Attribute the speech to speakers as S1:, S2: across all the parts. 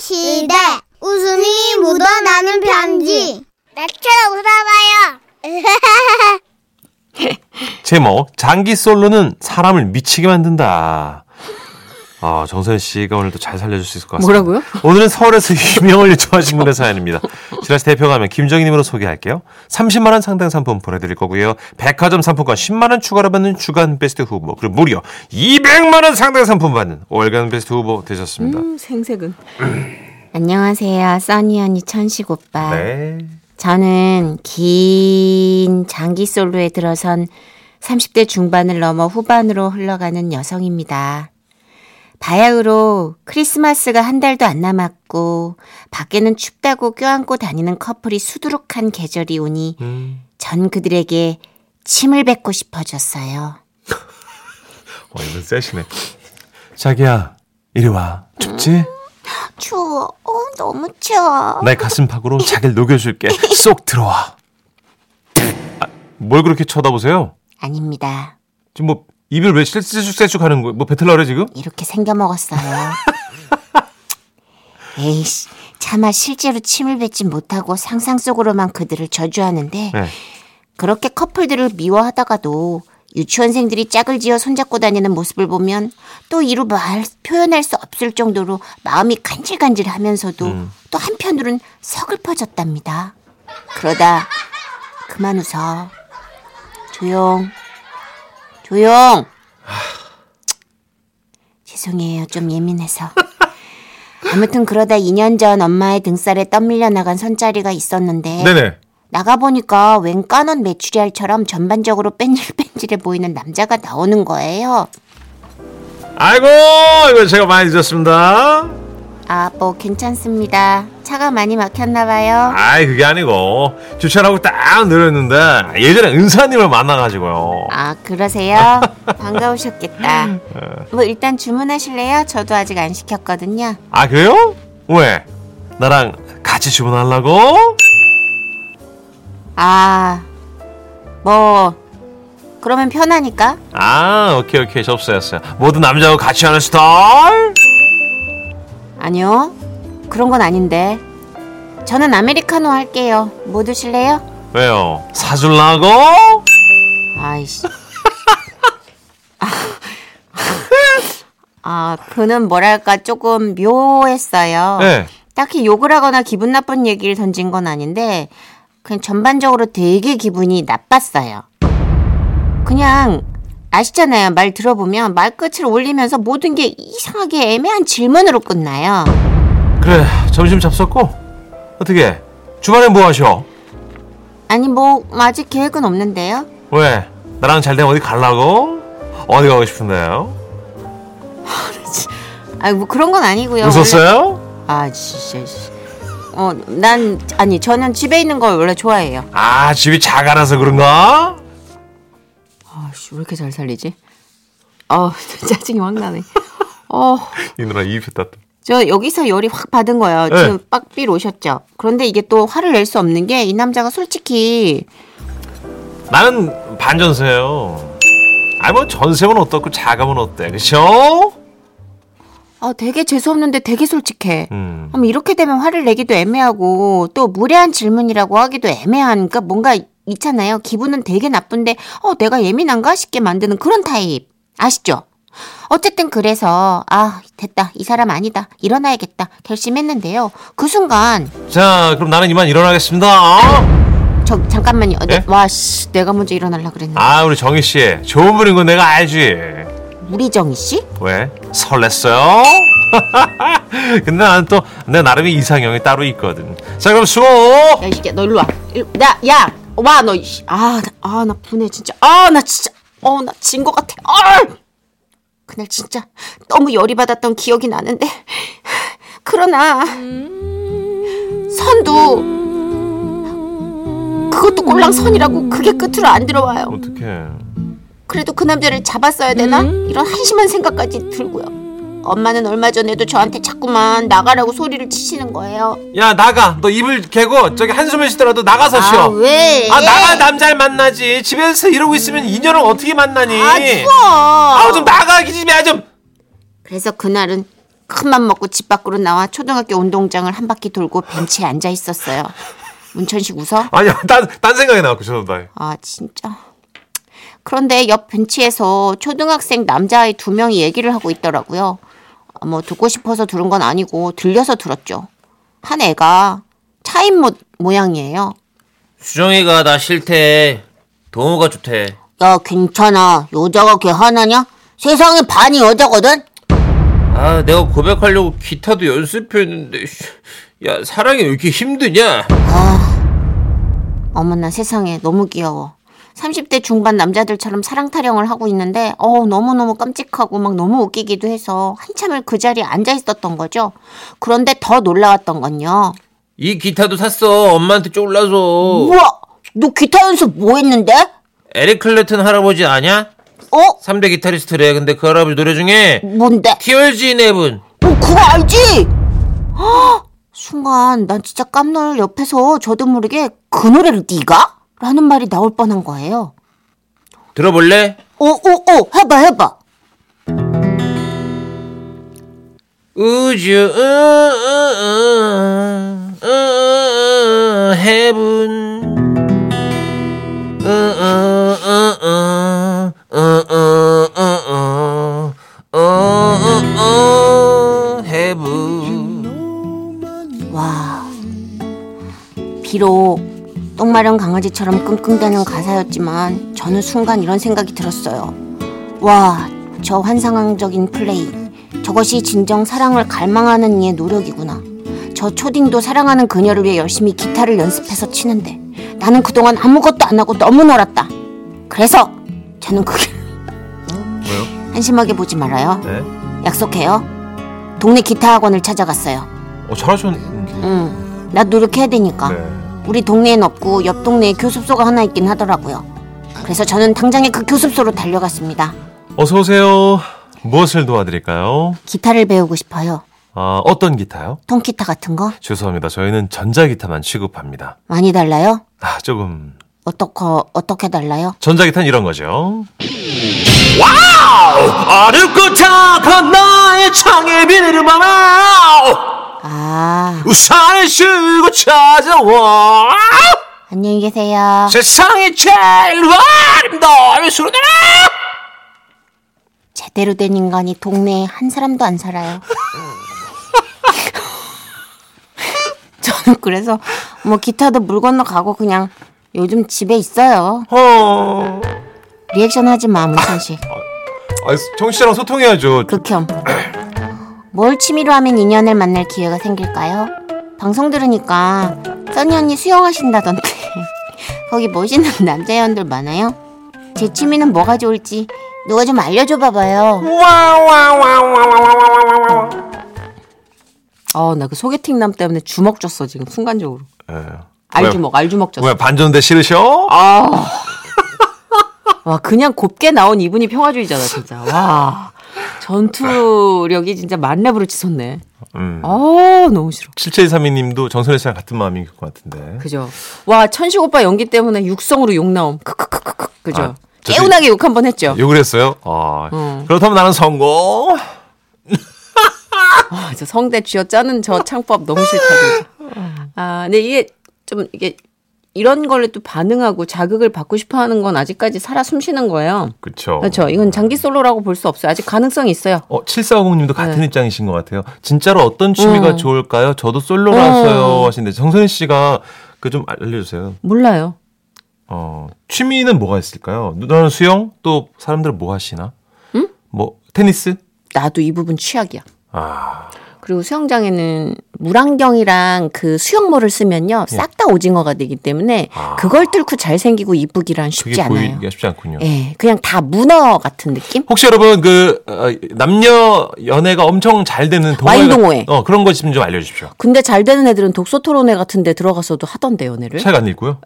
S1: 시대 웃음이 묻어나는 편지 나처럼 웃어봐요
S2: 제목 장기 솔로는 사람을 미치게 만든다. 아 정선 씨가 오늘도 잘 살려줄 수 있을 것 같습니다.
S3: 뭐라고요?
S2: 오늘은 서울에서 유명을 요청하신 분의 사연입니다. 지라시 대표 가면 김정희님으로 소개할게요. 30만 원 상당 상품 보내드릴 거고요. 백화점 상품권 10만 원 추가로 받는 주간 베스트 후보 그리고 무려 200만 원 상당 상품 받는 월간 베스트 후보 되셨습니다.
S3: 음, 생색은.
S4: 안녕하세요. 써니 언니 천식 오빠.
S2: 네.
S4: 저는 긴 장기 솔로에 들어선 30대 중반을 넘어 후반으로 흘러가는 여성입니다. 바야흐로 크리스마스가 한 달도 안 남았고 밖에는 춥다고 껴안고 다니는 커플이 수두룩한 계절이 오니
S2: 음,
S4: 전 그들에게 침을 뱉고 싶어졌어요.
S2: 어, 이분 세시네. 자기야 이리 와. 춥지?
S4: 추워. 어, 너무 추워.
S2: 내 가슴팍으로 자기를 녹여줄게. 쏙 들어와. 아, 뭘 그렇게 쳐다보세요?
S4: 아닙니다.
S2: 지금 뭐 입을 왜 셀쭉셀쭉 하는 거예요? 뭐 배틀라 그래 지금?
S4: 이렇게 생겨 먹었어요. 에이씨, 차마 실제로 침을 뱉지 못하고 상상 속으로만 그들을 저주하는데
S2: 네.
S4: 그렇게 커플들을 미워하다가도 유치원생들이 짝을 지어 손잡고 다니는 모습을 보면 또 이루 말 표현할 수 없을 정도로 마음이 간질간질하면서도
S2: 음.
S4: 또 한편으론 서글퍼졌답니다. 그러다 그만 웃어. 조용. 조용. 죄송해요. 좀 예민해서. 아무튼 그러다 2년 전 엄마의 등살에 떠밀려 나간 손자리가 있었는데
S2: 네네.
S4: 나가보니까 웬 까논 메추리알처럼 전반적으로 뺀질뺀질해 보이는 남자가 나오는 거예요.
S2: 아이고 이거 제가 많이 늦었습니다.
S4: 아, 뭐 괜찮습니다. 차가 많이 막혔나 봐요.
S2: 아이 그게 아니고 주차를 하고 딱 내렸는데 예전에 은사님을 만나가지고요.
S4: 아, 그러세요? 반가우셨겠다. 뭐 일단 주문하실래요? 저도 아직 안 시켰거든요.
S2: 아 그래요? 왜? 나랑 같이 주문하려고?
S4: 아, 뭐 그러면 편하니까.
S2: 아 오케이 오케이 접수했어요. 모든 남자하고 같이 하는 스타일?
S4: 아니요. 그런 건 아닌데. 저는 아메리카노 할게요. 뭐 드실래요?
S2: 왜요? 사줄라고?
S4: 아이씨. 아, 그는 뭐랄까 조금 묘했어요.
S2: 네.
S4: 딱히 욕을 하거나 기분 나쁜 얘기를 던진 건 아닌데 그냥 전반적으로 되게 기분이 나빴어요. 그냥 아시잖아요. 말 들어보면 말끝을 올리면서 모든 게 이상하게 애매한 질문으로 끝나요.
S2: 그래 점심 잡섰고 어떻게 주말엔 뭐 하셔?
S4: 아니 뭐 아직 계획은 없는데요.
S2: 왜 나랑 잘 되면 어디 갈라고? 어디 가고 싶은데요?
S4: 아니 뭐 그런 건 아니고요. 원래-
S2: 웃었어요?
S4: 아 진짜. 씨. 어, 난 아니 저는 집에 있는 걸 원래 좋아해요.
S2: 아 집이 작아라서 그런가?
S4: 아씨 왜 이렇게 잘 살리지? 아 짜증이 확 나네. 어,
S2: 이 누나 입이 다
S4: 저 여기서 열이 확 받은 거예요.
S2: 네.
S4: 지금 빡삐로 오셨죠. 그런데 이게 또 화를 낼 수 없는 게 이 남자가 솔직히
S2: 나는 반전세요 아니 뭐 전세면 어떻고 자가면 어때 그쵸?
S4: 아 되게 재수 없는데 되게 솔직해.
S2: 음.
S4: 그럼 이렇게 되면 화를 내기도 애매하고 또 무례한 질문이라고 하기도 애매한 그러니까 뭔가 있잖아요. 기분은 되게 나쁜데 어 내가 예민한가 싶게 만드는 그런 타입 아시죠? 어쨌든 그래서 아 됐다 이 사람 아니다 일어나야겠다 결심했는데요. 그 순간
S2: 자 그럼 나는 이만 일어나겠습니다
S4: 저 잠깐만요. 어,
S2: 예?
S4: 와씨 내가 먼저 일어나려 그랬는데
S2: 아 우리 정희씨 좋은 분인 건 내가 알지
S4: 우리정희 씨?
S2: 왜? 설렜어요? 근데 나는 또 내 나름의 이상형이 따로 있거든 자 그럼 수고
S4: 야, 이 새끼야, 너 일로 와. 일로, 야, 야! 와, 너, 이씨. 아, 나, 아, 나 분해, 진짜. 아, 나 진짜. 어, 나 진 것 같아. 얼! 그날 진짜 너무 열이 받았던 기억이 나는데. 그러나, 선도, 그것도 꼴랑 선이라고 그게 끝으로 안 들어와요.
S2: 어떡해
S4: 그래도 그 남자를 잡았어야 되나? 이런 한심한 생각까지 들고요. 엄마는 얼마 전에도 저한테 자꾸만 나가라고 소리를 치시는 거예요.
S2: 야 나가 너 입을 개고 저기 한숨을 쉬더라도 나가서 쉬어
S4: 아, 왜?
S2: 아, 나가 남자를 만나지 집에서 이러고 있으면 인연을 어떻게 만나니
S4: 아, 추워.
S2: 아우, 좀 나가 기집애야 좀
S4: 그래서 그날은 큰 맘 먹고 집 밖으로 나와 초등학교 운동장을 한 바퀴 돌고 벤치에 앉아 있었어요. 문천식 웃어?
S2: 아니야, 딴, 딴 생각이 나갖고 저도
S4: 아 진짜. 그런데 옆 벤치에서 초등학생 남자아이 두 명이 얘기를 하고 있더라고요. 아, 뭐 듣고 싶어서 들은 건 아니고 들려서 들었죠. 한 애가 차인 모, 모양이에요.
S3: 수정이가 나 싫대. 동호가 좋대.
S4: 야 괜찮아. 여자가 걔 하나냐? 세상에 반이 여자거든.
S3: 아, 내가 고백하려고 기타도 연습했는데, 씨. 야, 사랑이 왜 이렇게 힘드냐?
S4: 아, 어머나 세상에 너무 귀여워. 30대 중반 남자들처럼 사랑 타령을 하고 있는데 어우 너무너무 깜찍하고 막 너무 웃기기도 해서 한참을 그 자리에 앉아 있었던 거죠. 그런데 더 놀라웠던 건요.
S3: 이 기타도 샀어. 엄마한테
S2: 어.
S3: 쫄라서.
S4: 우와 너 기타 연습 뭐 했는데?
S3: 에릭 클레튼 할아버지 아냐?
S4: 어?
S3: 3대 기타리스트래. 근데 그 할아버지 노래 중에
S4: 뭔데?
S3: 티얼즈 네 인 헤븐.
S4: 어 그거 알지? 헉! 순간 난 진짜 깜놀 옆에서 저도 모르게 그 노래를 네가? 라는 말이 나올 뻔한 거예요.
S3: 들어볼래?
S4: 어어어 해봐 해봐.
S3: 우주 어, 어, 헤븐 어, 어, 헤븐
S4: 와. 비록 똥마른 강아지처럼 끙끙대는 가사였지만 저는 순간 이런 생각이 들었어요. 와, 저 환상적인 플레이. 저것이 진정 사랑을 갈망하는 이의 노력이구나. 저 초딩도 사랑하는 그녀를 위해 열심히 기타를 연습해서 치는데 나는 그동안 아무것도 안 하고 너무 놀았다. 그래서 저는 그게
S2: 왜요?
S4: 한심하게 보지 말아요.
S2: 네.
S4: 약속해요. 동네 기타 학원을 찾아갔어요.
S2: 어, 잘하셨는데.
S4: 응, 나 노력해야 되니까.
S2: 네.
S4: 우리 동네엔 없고 옆 동네에 교습소가 하나 있긴 하더라고요. 그래서 저는 당장에 그 교습소로 달려갔습니다.
S2: 어서 오세요. 무엇을 도와드릴까요?
S4: 기타를 배우고 싶어요.
S2: 아, 어떤 기타요?
S4: 통기타 같은 거
S2: 죄송합니다. 저희는 전자기타만 취급합니다.
S4: 많이 달라요?
S2: 아, 조금.
S4: 어떻게 어떻게 달라요?
S2: 전자기타는 이런 거죠.
S3: 아름고 착한 나의 창에 비를 봐라
S4: 아,
S3: 우산을 쓰고 찾아와
S4: 안녕히 계세요.
S3: 세상이 제일 아름다운 수로나라
S4: 제대로 된 인간이 동네에 한 사람도 안 살아요. 저는 그래서 뭐 기타도 물 건너 가고 그냥 요즘 집에 있어요.
S2: 어.
S4: 리액션 하지 마, 문천식.
S2: 아, 정씨랑 소통해야죠.
S4: 극혐. 뭘 취미로 하면 인연을 만날 기회가 생길까요? 방송 들으니까 써니 언니 수영하신다던데 거기 멋있는 남자 연들 많아요? 제 취미는 뭐가 좋을지 누가 좀 알려줘 봐봐요.
S5: 아, 나 그 소개팅 남 때문에 주먹 줬어, 지금, 순간적으로.
S2: 왜,
S5: 알주먹, 알주먹 줬어.
S2: 왜 반전대 싫으셔? 아,
S5: 와, 그냥 곱게 나온 이분이 평화주의자다, 진짜. 와. 전투력이 진짜 만렙으로 치솟네.
S2: 음.
S5: 아, 너무 싫어.
S2: 7732님도 정선혜 씨랑 같은 마음인 것 같은데.
S5: 그죠. 와, 천식 오빠 연기 때문에 육성으로 욕 나옴. 크크크크크. 그죠.
S2: 아, 저기-
S5: 개운하게 욕 한 번 했죠.
S2: 욕을 했어요? 아,
S5: 음.
S2: 그렇다면 나는 성공.
S5: 아, 저 성대 쥐어 짜는 저 창법 너무 싫다, 진짜. 아, 근데 이게 좀, 이게, 이런 걸로 또 반응하고 자극을 받고 싶어 하는 건 아직까지 살아 숨 쉬는 거예요.
S2: 그렇죠.
S5: 그렇죠. 이건 장기 솔로라고 볼 수 없어요. 아직 가능성이 있어요.
S2: 어, 7450님도 같은
S5: 네.
S2: 입장이신 것 같아요. 진짜로 어떤 취미가
S5: 음.
S2: 좋을까요? 저도 솔로라서요 하시는데 정선혜 씨가 그 좀 알려주세요.
S5: 몰라요.
S2: 어, 취미는 뭐가 있을까요? 누나는 수영? 또 사람들은 뭐 하시나?
S5: 음?
S2: 응? 뭐 테니스?
S5: 나도 이 부분 취약이야.
S2: 아,
S5: 그리고 수영장에는 물안경이랑 그 수영모를 쓰면요. 싹 다 오징어가 되기 때문에
S2: 아.
S5: 그걸 뚫고 잘생기고 이쁘기란 쉽지
S2: 그게
S5: 않아요.
S2: 보이기가 쉽지 않군요.
S5: 예. 그냥 다 문어 같은 느낌?
S2: 혹시 여러분 그 어, 남녀 연애가 엄청 잘 되는 동호회
S5: 와인
S2: 같-
S5: 동호회.
S2: 어 그런 거 있으면 좀 알려주십시오.
S5: 근데 잘 되는 애들은 독서 토론회 같은 데 들어가서도 하던데 연애를. 예.
S2: 책 안 읽고요.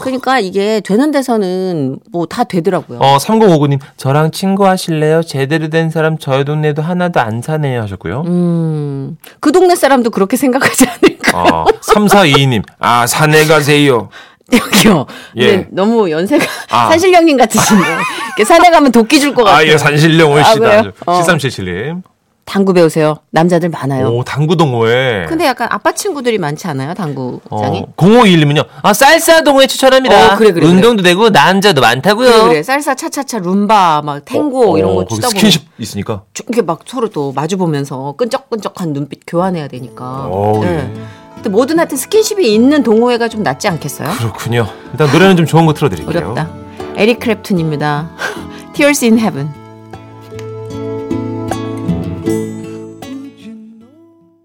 S5: 그러니까 이게 되는 데서는 뭐 다 되더라고요.
S2: 어 3059님 저랑 친구 하실래요? 제대로 된 사람 저희 동네도 하나도 안 사네요 하셨고요.
S5: 음. 그 동네 사람도 그렇게 생각하지 않을까?
S2: 어 3422님
S3: 아 산에 가세요
S5: 여기요. 근데
S2: 예. 아.
S5: 너무 연세가 산실 형님 같으신데. 이렇게 산에 가면 도끼 줄 것 같아요.
S2: 아예 산신령
S5: 아,
S2: 올시다
S5: 그래요? 어.
S2: 7377님
S5: 당구 배우세요. 남자들 많아요.
S2: 오, 당구 동호회. 어,
S5: 근데 약간 아빠 친구들이 많지 않아요? 당구장에?
S2: 0521님은요. 아, 쌀쌀 동호회 추천합니다.
S5: 어, 그래, 그래,
S2: 운동도 되고 남자도 많다고요.
S5: 그래 그래 살사 차차차 룸바 막 탱고 이런 거
S2: 어, 거기
S5: 추다 보면
S2: 스킨십 있으니까.
S5: 쭉 이렇게 막 서로 또 마주 보면서 끈적끈적한 눈빛 교환해야 되니까.
S2: 어,
S5: 네.
S2: 예.
S5: 근데 뭐든 하여튼 스킨십이 있는 동호회가 좀 낫지 않겠어요?
S2: 그렇군요. 일단 노래는 좀 좋은 거 틀어드릴게요.
S5: 어렵다. 에릭 크랩튼입니다. Tears in Heaven.